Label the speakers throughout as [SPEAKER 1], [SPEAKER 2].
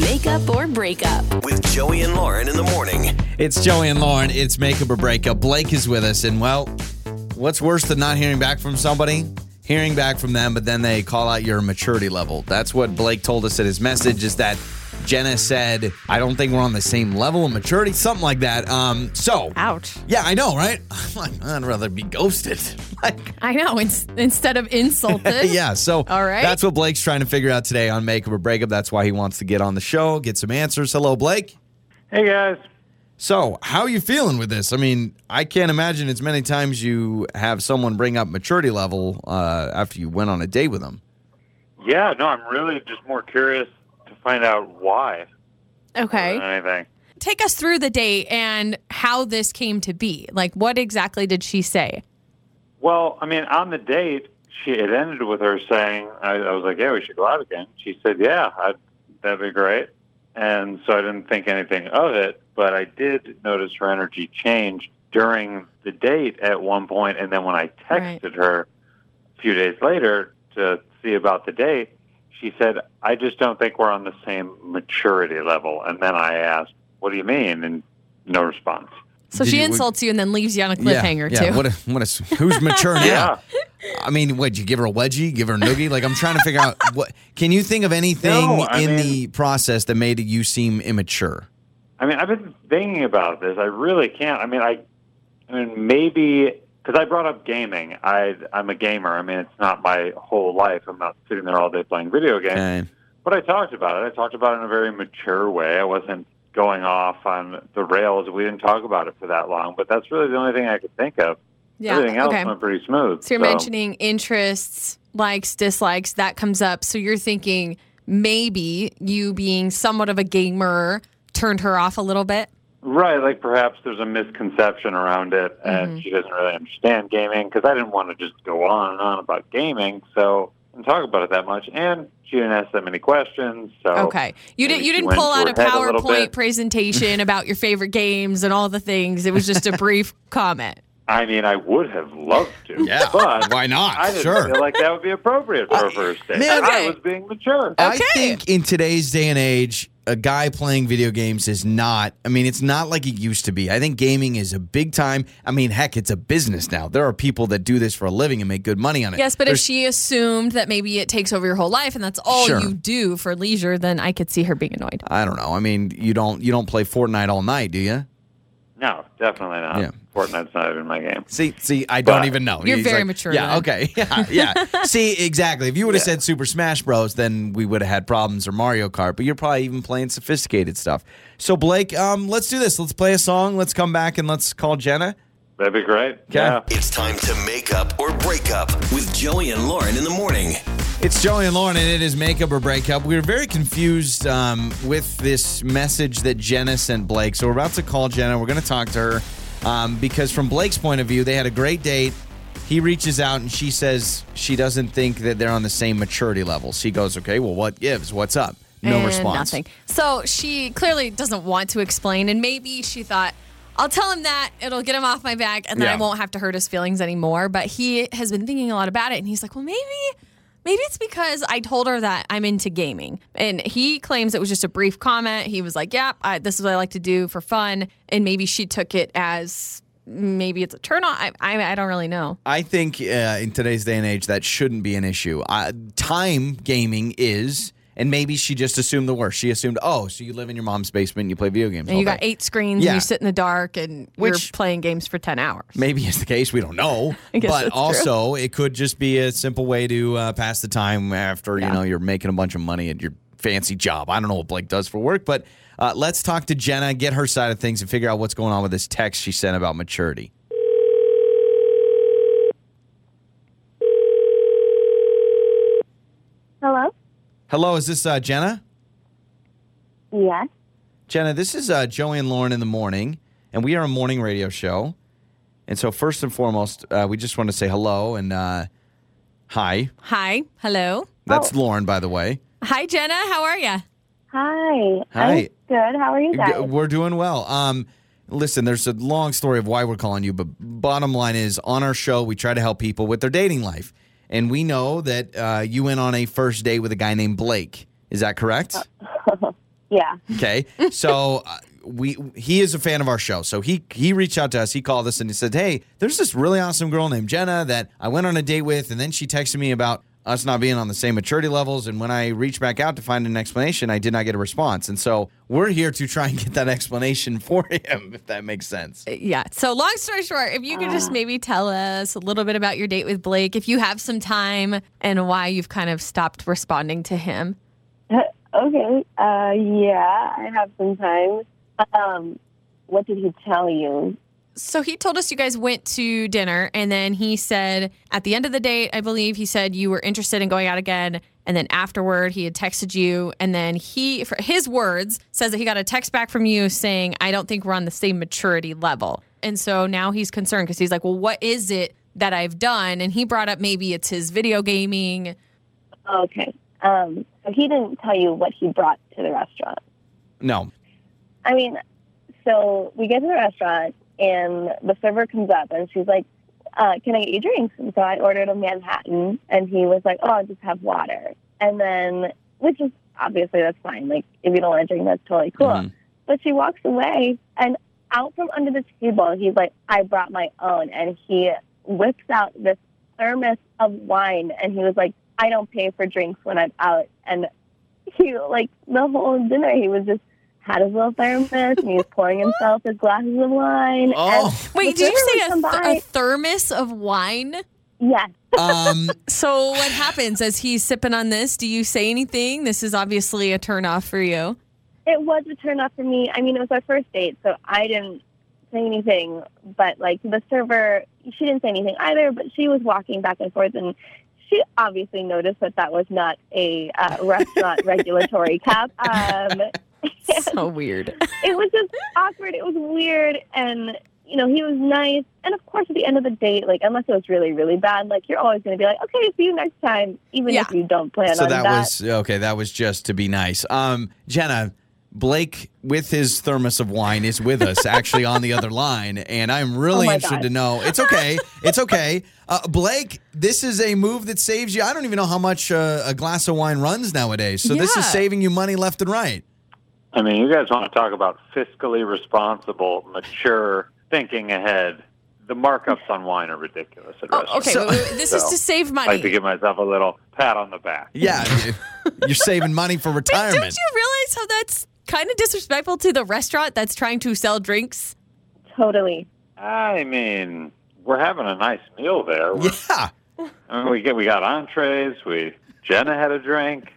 [SPEAKER 1] Makeup or Breakup.
[SPEAKER 2] with Joey and Lauren in the morning.
[SPEAKER 3] It's Joey and Lauren. It's Makeup or Breakup. Blake is with us. And, well, what's worse than not hearing back from somebody? Hearing back from them, but then they call out your maturity level. That's what Blake told us in his message is that Jenna said, I don't think we're on the same level of maturity, something like that. Um, so,
[SPEAKER 4] Ouch.
[SPEAKER 3] yeah, I know, right? I'm like, I'd rather be ghosted. Like,
[SPEAKER 4] I know. In- instead of insulted.
[SPEAKER 3] yeah, so
[SPEAKER 4] All right.
[SPEAKER 3] that's what Blake's trying to figure out today on Makeup or Breakup. That's why he wants to get on the show, get some answers. Hello, Blake.
[SPEAKER 5] Hey guys,
[SPEAKER 3] So, how are you feeling with this? I mean, I can't imagine as many times you have someone bring up maturity level uh, after you went on a date with them.
[SPEAKER 5] yeah, no, I'm really just more curious to find out why
[SPEAKER 4] Okay.
[SPEAKER 5] than anything.
[SPEAKER 4] Take us through the date and how this came to be. Like, what exactly did she say?
[SPEAKER 5] Well, I mean, on the date, she it ended with her saying, I, "I was like, yeah, we should go out again." She said, "Yeah, I'd, that'd be great," and so I didn't think anything of it. But I did notice her energy change during the date at one point, and then when I
[SPEAKER 4] Right.
[SPEAKER 5] texted her a few days later to see about the date, she said, "I just don't think we're on the same maturity level." And then I asked, "What do you mean?" and no response.
[SPEAKER 4] So
[SPEAKER 3] Did
[SPEAKER 4] she
[SPEAKER 3] you-
[SPEAKER 4] insults you and then leaves you on a cliffhanger,
[SPEAKER 3] yeah,
[SPEAKER 4] too.
[SPEAKER 3] What a, what a, who's mature now?
[SPEAKER 5] Yeah.
[SPEAKER 3] I mean, what, you give her a wedgie, give her a noogie? Like, I'm trying to figure out what. Can you think of anything
[SPEAKER 5] No, I
[SPEAKER 3] in
[SPEAKER 5] mean-
[SPEAKER 3] the process that made you seem immature?
[SPEAKER 5] I mean, I've been thinking about this. I really can't. I mean, I, I mean, maybe because I brought up gaming. I, I'm a gamer. I mean, it's not my whole life. I'm not sitting there all day playing video games.
[SPEAKER 3] Okay.
[SPEAKER 5] But I talked about it. I talked about it in a very mature way. I wasn't going off on the rails. We didn't talk about it for that long. But that's really the only thing I could think of.
[SPEAKER 4] yeah.
[SPEAKER 5] Everything else
[SPEAKER 4] okay.
[SPEAKER 5] went pretty smooth.
[SPEAKER 4] So you're mentioning interests, likes, dislikes, that comes up. So you're thinking maybe you being somewhat of a gamer turned her off a little bit.
[SPEAKER 5] Right, like perhaps there's a misconception around it, and
[SPEAKER 4] Mm-hmm.
[SPEAKER 5] she doesn't really understand gaming because I didn't want to just go on and on about gaming, so and talk about it that much, and she didn't ask that many questions. So
[SPEAKER 4] Okay. You
[SPEAKER 5] Oh, maybe
[SPEAKER 4] didn't you
[SPEAKER 5] she
[SPEAKER 4] didn't
[SPEAKER 5] went
[SPEAKER 4] pull
[SPEAKER 5] to
[SPEAKER 4] out
[SPEAKER 5] her
[SPEAKER 4] a
[SPEAKER 5] head a little
[SPEAKER 4] PowerPoint
[SPEAKER 5] bit.
[SPEAKER 4] presentation about your favorite games and all the things. It was just a brief comment.
[SPEAKER 5] I mean, I would have loved to,
[SPEAKER 3] Yeah.
[SPEAKER 5] but
[SPEAKER 3] Why not?
[SPEAKER 5] I didn't
[SPEAKER 3] sure.
[SPEAKER 5] feel like that would be appropriate for a first date.
[SPEAKER 3] man,
[SPEAKER 4] Uh, Okay. Uh,
[SPEAKER 5] I was being mature.
[SPEAKER 3] I
[SPEAKER 4] Okay.
[SPEAKER 3] think in today's day and age, a guy playing video games is not, I mean, it's not like it used to be. I think gaming is a big time. I mean, heck, it's a business now. There are people that do this for a living and make good money on it.
[SPEAKER 4] Yes, but if
[SPEAKER 3] There's-
[SPEAKER 4] she assumed that maybe it takes over your whole life and that's all
[SPEAKER 3] Sure.
[SPEAKER 4] you do for leisure, then I could see her being annoyed.
[SPEAKER 3] I don't know. I mean, you don't you don't play Fortnite all night, do you?
[SPEAKER 5] no, definitely not.
[SPEAKER 3] Yeah.
[SPEAKER 5] Fortnite's not even my game.
[SPEAKER 3] See, see, I don't
[SPEAKER 5] But-
[SPEAKER 3] even know.
[SPEAKER 4] You're
[SPEAKER 3] He's
[SPEAKER 4] very
[SPEAKER 3] like,
[SPEAKER 4] mature
[SPEAKER 3] Yeah,
[SPEAKER 4] then.
[SPEAKER 3] okay. Yeah, yeah. see, exactly. If you would have said Super Smash Bros, then we would have had problems or Mario Kart, but you're probably even playing sophisticated stuff. So, Blake, um, let's do this. Let's play a song. Let's come back and let's call Jenna.
[SPEAKER 5] That'd be great. Yeah.
[SPEAKER 2] It's time to make up or break up with Joey and Lauren in the morning.
[SPEAKER 3] It's Joey and Lauren, and it is Makeup or Breakup. We were very confused um, with this message that Jenna sent Blake. So we're about to call Jenna. We're going to talk to her um, because, from Blake's point of view, they had a great date. He reaches out and she says she doesn't think that they're on the same maturity level. She goes, Okay, well, what gives? What's up? No
[SPEAKER 4] and
[SPEAKER 3] response.
[SPEAKER 4] Nothing. So she clearly doesn't want to explain, and maybe she thought, "I'll tell him that it'll get him off my back, and then
[SPEAKER 3] Yeah.
[SPEAKER 4] I won't have to hurt his feelings anymore." But he has been thinking a lot about it, and he's like, "Well, maybe." Maybe it's because I told her that I'm into gaming. And he claims it was just a brief comment. He was like, Yep, I, this is what I like to do for fun. And maybe she took it as maybe it's a turn on. I, I, I don't really know.
[SPEAKER 3] I think uh, in today's day and age, that shouldn't be an issue. Uh, time gaming is, and maybe she just assumed the worst. She assumed, Oh, so you live in your mom's basement and you play video games.
[SPEAKER 4] And
[SPEAKER 3] all
[SPEAKER 4] you got
[SPEAKER 3] day."
[SPEAKER 4] eight screens
[SPEAKER 3] Yeah.
[SPEAKER 4] and you sit in the dark and
[SPEAKER 3] Which-
[SPEAKER 4] you're playing games for 10 hours.
[SPEAKER 3] maybe it's the case. We don't know.
[SPEAKER 4] I guess
[SPEAKER 3] but
[SPEAKER 4] that's
[SPEAKER 3] also, it could just be a simple way to uh, pass the time after you know you're making a bunch of money at your fancy job. I don't know what Blake does for work, but uh, let's talk to Jenna, get her side of things, and figure out what's going on with this text she sent about maturity.
[SPEAKER 6] Hello?
[SPEAKER 3] Hello, is this uh, Jenna?
[SPEAKER 6] Yes.
[SPEAKER 3] Jenna, this is uh, Joey and Lauren in the morning, and we are a morning radio show. And so, first and foremost, uh, we just want to say hello and uh, hi.
[SPEAKER 4] Hi. Hello.
[SPEAKER 3] That's Lauren, by the way.
[SPEAKER 4] Hi, Jenna. How are you?
[SPEAKER 6] Hi.
[SPEAKER 3] Hi.
[SPEAKER 6] I'm good. How are you
[SPEAKER 3] Yeah,
[SPEAKER 6] guys?
[SPEAKER 3] We're doing well. Um, listen, there's a long story of why we're calling you, but bottom line is on our show, we try to help people with their dating life. And we know that uh, you went on a first date with a guy named Blake. Is that correct?
[SPEAKER 6] Yeah.
[SPEAKER 3] Okay. So uh, we he is a fan of our show. So he he reached out to us. He called us and he said, "Hey, there's this really awesome girl named Jenna that I went on a date with and then she texted me about us not being on the same maturity levels and when I reached back out to find an explanation, I did not get a response." And so we're here to try and get that explanation for him if that makes sense.
[SPEAKER 4] Uh, Yeah. So, long story short, if you could just maybe tell us a little bit about your date with Blake, if you have some time, and why you've kind of stopped responding to him.
[SPEAKER 6] Okay. Uh, yeah, I have some time. Um, what did he tell you?
[SPEAKER 4] So, he told us you guys went to dinner, and then he said at the end of the date, I believe he said you were interested in going out again. And then afterward, he had texted you, and then he, for his words, says that he got a text back from you saying, I don't think we're on the same maturity level. And so now he's concerned because he's like, Well, what is it that I've done? And he brought up maybe it's his video gaming.
[SPEAKER 6] Okay. Um, so he didn't tell you what he brought to the restaurant.
[SPEAKER 3] No.
[SPEAKER 6] I mean, so we get to the restaurant and the server comes up and she's like, uh, "Can I get you drinks?" And so I ordered a Manhattan, and he was like, "Oh, I'll just have water." And then, which is obviously that's fine. Like if you don't want to drink, that's totally cool.
[SPEAKER 3] Mhm.
[SPEAKER 6] But she walks away, and out from under the table, he's like, "I brought my own," and he whips out this thermos of wine, and he was like, "I don't pay for drinks when I'm out," and he like the whole dinner he was just had his little thermos and he was pouring himself his glasses of wine.
[SPEAKER 3] Oh.
[SPEAKER 4] Wait,
[SPEAKER 6] The
[SPEAKER 4] did you
[SPEAKER 6] server
[SPEAKER 4] say
[SPEAKER 6] would
[SPEAKER 4] a,
[SPEAKER 6] come
[SPEAKER 4] th- a
[SPEAKER 6] by.
[SPEAKER 4] thermos of wine?
[SPEAKER 6] And, yes,
[SPEAKER 3] Um
[SPEAKER 4] So what happens as he's sipping on this? Do you say anything? This is obviously a turnoff for you.
[SPEAKER 6] it was a turn off for me. I mean, it was our first date, so I didn't say anything. But like the server, she didn't say anything either. But she was walking back and forth, and she obviously noticed that that was not a uh, restaurant regulatory cap. Um,
[SPEAKER 4] So weird.
[SPEAKER 6] it was just awkward. It was weird, and you know he was nice. And of course, at the end of the date, like unless it was really, really bad, like you're always going to be like, okay, see you next time, even if you don't plan
[SPEAKER 3] so
[SPEAKER 6] on
[SPEAKER 3] that
[SPEAKER 6] that.
[SPEAKER 3] was okay, that was just to be nice. Um Jenna Blake with his thermos of wine is with us actually on the other line and I'm really
[SPEAKER 6] Oh my
[SPEAKER 3] interested
[SPEAKER 6] God.
[SPEAKER 3] to know. It's okay. It's okay. Uh, Blake, this is a move that saves you. I don't even know how much uh, a glass of wine runs nowadays. So this is
[SPEAKER 4] Yeah.
[SPEAKER 3] saving you money left and right.
[SPEAKER 5] I mean, you guys want to talk about fiscally responsible, mature, thinking ahead. The markups on wine are ridiculous. At
[SPEAKER 4] Oh,
[SPEAKER 5] restaurants.
[SPEAKER 4] okay,
[SPEAKER 3] So-
[SPEAKER 4] wait, wait, this is
[SPEAKER 5] So,
[SPEAKER 4] to save
[SPEAKER 5] I like to
[SPEAKER 4] money.
[SPEAKER 5] give myself a little pat on the back.
[SPEAKER 3] Yeah. you- You're saving money for
[SPEAKER 4] Don't you
[SPEAKER 3] retirement.
[SPEAKER 4] realize how that's kind of disrespectful to the restaurant that's trying to sell drinks?
[SPEAKER 6] totally.
[SPEAKER 5] I mean, we're having a nice meal there. We're-
[SPEAKER 3] yeah.
[SPEAKER 5] I mean, we get we got entrees. We Jenna had a drink.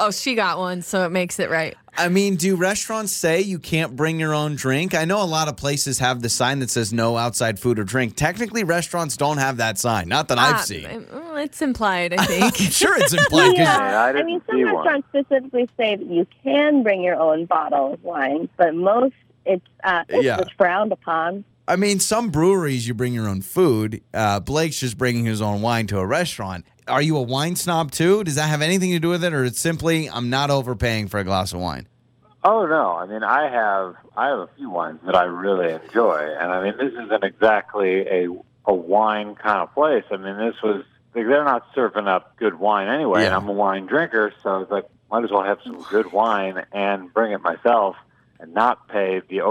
[SPEAKER 4] Oh, she got one, so it makes it right.
[SPEAKER 3] I mean, do restaurants say you can't bring your own drink? I know a lot of places have the sign that says no outside food or drink. Technically, restaurants don't have that sign. Not that
[SPEAKER 4] Ah,
[SPEAKER 3] I've seen.
[SPEAKER 4] mm, It's implied, I think.
[SPEAKER 3] sure, it's implied. 'cause-
[SPEAKER 5] Yeah, I
[SPEAKER 6] I mean,
[SPEAKER 5] didn't
[SPEAKER 6] some
[SPEAKER 5] see one.
[SPEAKER 6] restaurants specifically say that you can bring your own bottle of wine, but most it's uh, it's
[SPEAKER 3] Yeah.
[SPEAKER 6] just frowned upon.
[SPEAKER 3] I mean, some breweries you bring your own food. Uh, Blake's just bringing his own wine to a restaurant. Are you a wine snob too? Does that have anything to do with it, or it's simply I'm not overpaying for a glass of wine?
[SPEAKER 5] Oh no! I mean, I have I have a few wines that I really enjoy, and I mean, this isn't exactly a a wine kind of place. I mean, this was like, they're not serving up good wine anyway, and
[SPEAKER 3] Yeah.
[SPEAKER 5] I'm a wine drinker, so it's like might as well have some good wine and bring it myself, and not pay the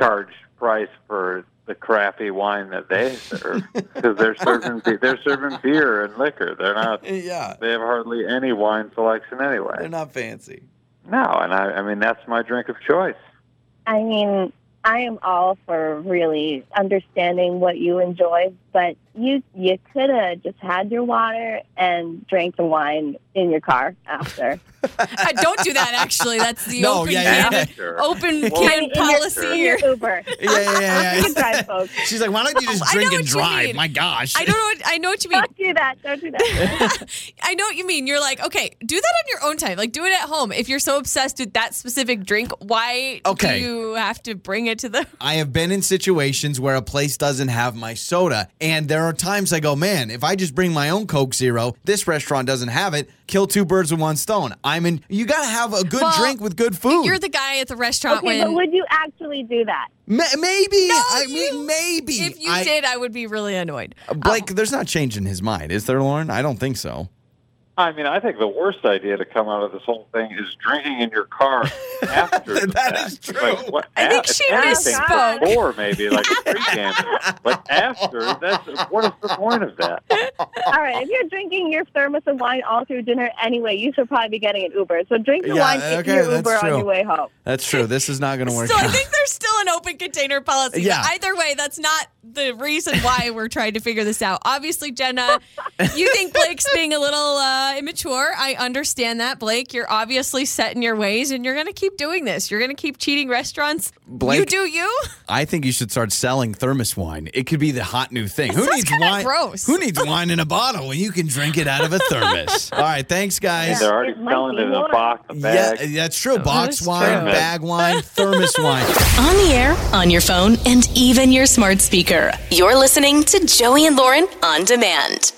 [SPEAKER 5] overcharged price for the crappy wine that they serve because they're serving be- they're serving beer and liquor. They're not.
[SPEAKER 3] Uh, Yeah,
[SPEAKER 5] They have hardly any wine selection anyway.
[SPEAKER 3] not fancy.
[SPEAKER 5] No, and I, I mean that's my drink of choice.
[SPEAKER 6] I mean, I am all for really understanding what you enjoy, but you you could have just had your water and drank the wine in your car after.
[SPEAKER 4] Uh, Don't do that, actually. That's the
[SPEAKER 3] No,
[SPEAKER 4] open
[SPEAKER 3] yeah, yeah. Oh.
[SPEAKER 4] can,
[SPEAKER 5] Sure.
[SPEAKER 4] open
[SPEAKER 5] Well,
[SPEAKER 4] can
[SPEAKER 6] I mean, in your-
[SPEAKER 4] policy.
[SPEAKER 6] in
[SPEAKER 4] here.
[SPEAKER 6] your Uber.
[SPEAKER 3] Yeah, yeah, yeah.
[SPEAKER 6] You
[SPEAKER 3] yeah.
[SPEAKER 6] can drive, folks.
[SPEAKER 3] She's like, why don't you just
[SPEAKER 4] Oh, I
[SPEAKER 3] drink
[SPEAKER 4] know what
[SPEAKER 3] and
[SPEAKER 4] you
[SPEAKER 3] drive?
[SPEAKER 4] mean.
[SPEAKER 3] My gosh.
[SPEAKER 4] I don't know. What, I know what you mean.
[SPEAKER 6] Don't do that. Don't do that.
[SPEAKER 4] I know what you mean. You're like, okay, do that on your own time. Like, do it at home. If you're so obsessed with that specific drink, why
[SPEAKER 3] Okay.
[SPEAKER 4] do you have to bring it to the?
[SPEAKER 3] I have been in situations where a place doesn't have my soda, and there are times I go, man, if I just bring my own Coke Zero, this restaurant doesn't have it. Kill two birds with one stone. I'm in. You gotta have a good
[SPEAKER 4] Well,
[SPEAKER 3] drink with good food.
[SPEAKER 4] You're the guy at the restaurant
[SPEAKER 6] okay, but
[SPEAKER 4] when.
[SPEAKER 6] would you actually do that?
[SPEAKER 3] Ma- maybe. I
[SPEAKER 4] you-
[SPEAKER 3] mean, maybe.
[SPEAKER 4] if you
[SPEAKER 3] I- Oh,
[SPEAKER 4] did, I would be really annoyed.
[SPEAKER 3] Blake, there's not change in his mind, is there, Lauren? I don't think so.
[SPEAKER 5] I mean, I think the worst idea to come out of this whole thing is drinking in your car after. the
[SPEAKER 3] That
[SPEAKER 5] fact.
[SPEAKER 3] is true.
[SPEAKER 5] Like, what,
[SPEAKER 4] I think
[SPEAKER 5] if
[SPEAKER 4] she
[SPEAKER 5] anything,
[SPEAKER 4] misspoke.
[SPEAKER 5] Before maybe like a pregame, but after that's what is the point of that?
[SPEAKER 6] All right, if you're drinking your thermos of wine all through dinner anyway, you should probably be getting an Uber. So drink the
[SPEAKER 3] Yeah,
[SPEAKER 6] wine in
[SPEAKER 3] okay,
[SPEAKER 6] your
[SPEAKER 3] that's
[SPEAKER 6] Uber
[SPEAKER 3] true.
[SPEAKER 6] on your way home.
[SPEAKER 3] That's true. This is not going to work.
[SPEAKER 4] So I
[SPEAKER 3] out.
[SPEAKER 4] think there's still an open container policy. but
[SPEAKER 3] Oh Yeah.
[SPEAKER 4] Either way, that's not the reason why we're trying to figure this out. Obviously, Jenna, you think Blake's being a little uh, immature. I understand that, Blake. You're obviously set in your ways, and you're going to keep doing this. You're going to keep cheating restaurants. you
[SPEAKER 3] Blake-
[SPEAKER 4] do you.
[SPEAKER 3] I think you should start selling thermos wine. It could be the hot new thing. who
[SPEAKER 4] sounds
[SPEAKER 3] needs
[SPEAKER 4] kinda
[SPEAKER 3] wine?
[SPEAKER 4] gross.
[SPEAKER 3] Who needs wine in a bottle when you can drink it out of a thermos? All right, thanks guys.
[SPEAKER 5] They're already
[SPEAKER 6] It might
[SPEAKER 5] selling
[SPEAKER 6] be
[SPEAKER 5] it in a
[SPEAKER 6] more.
[SPEAKER 5] box, a bag.
[SPEAKER 3] Yeah, that's true. Box
[SPEAKER 4] is
[SPEAKER 3] wine,
[SPEAKER 4] true.
[SPEAKER 3] bag wine, thermos wine.
[SPEAKER 1] On the air, on your phone, and even your smart speaker. You're listening to Joey and Lauren on demand.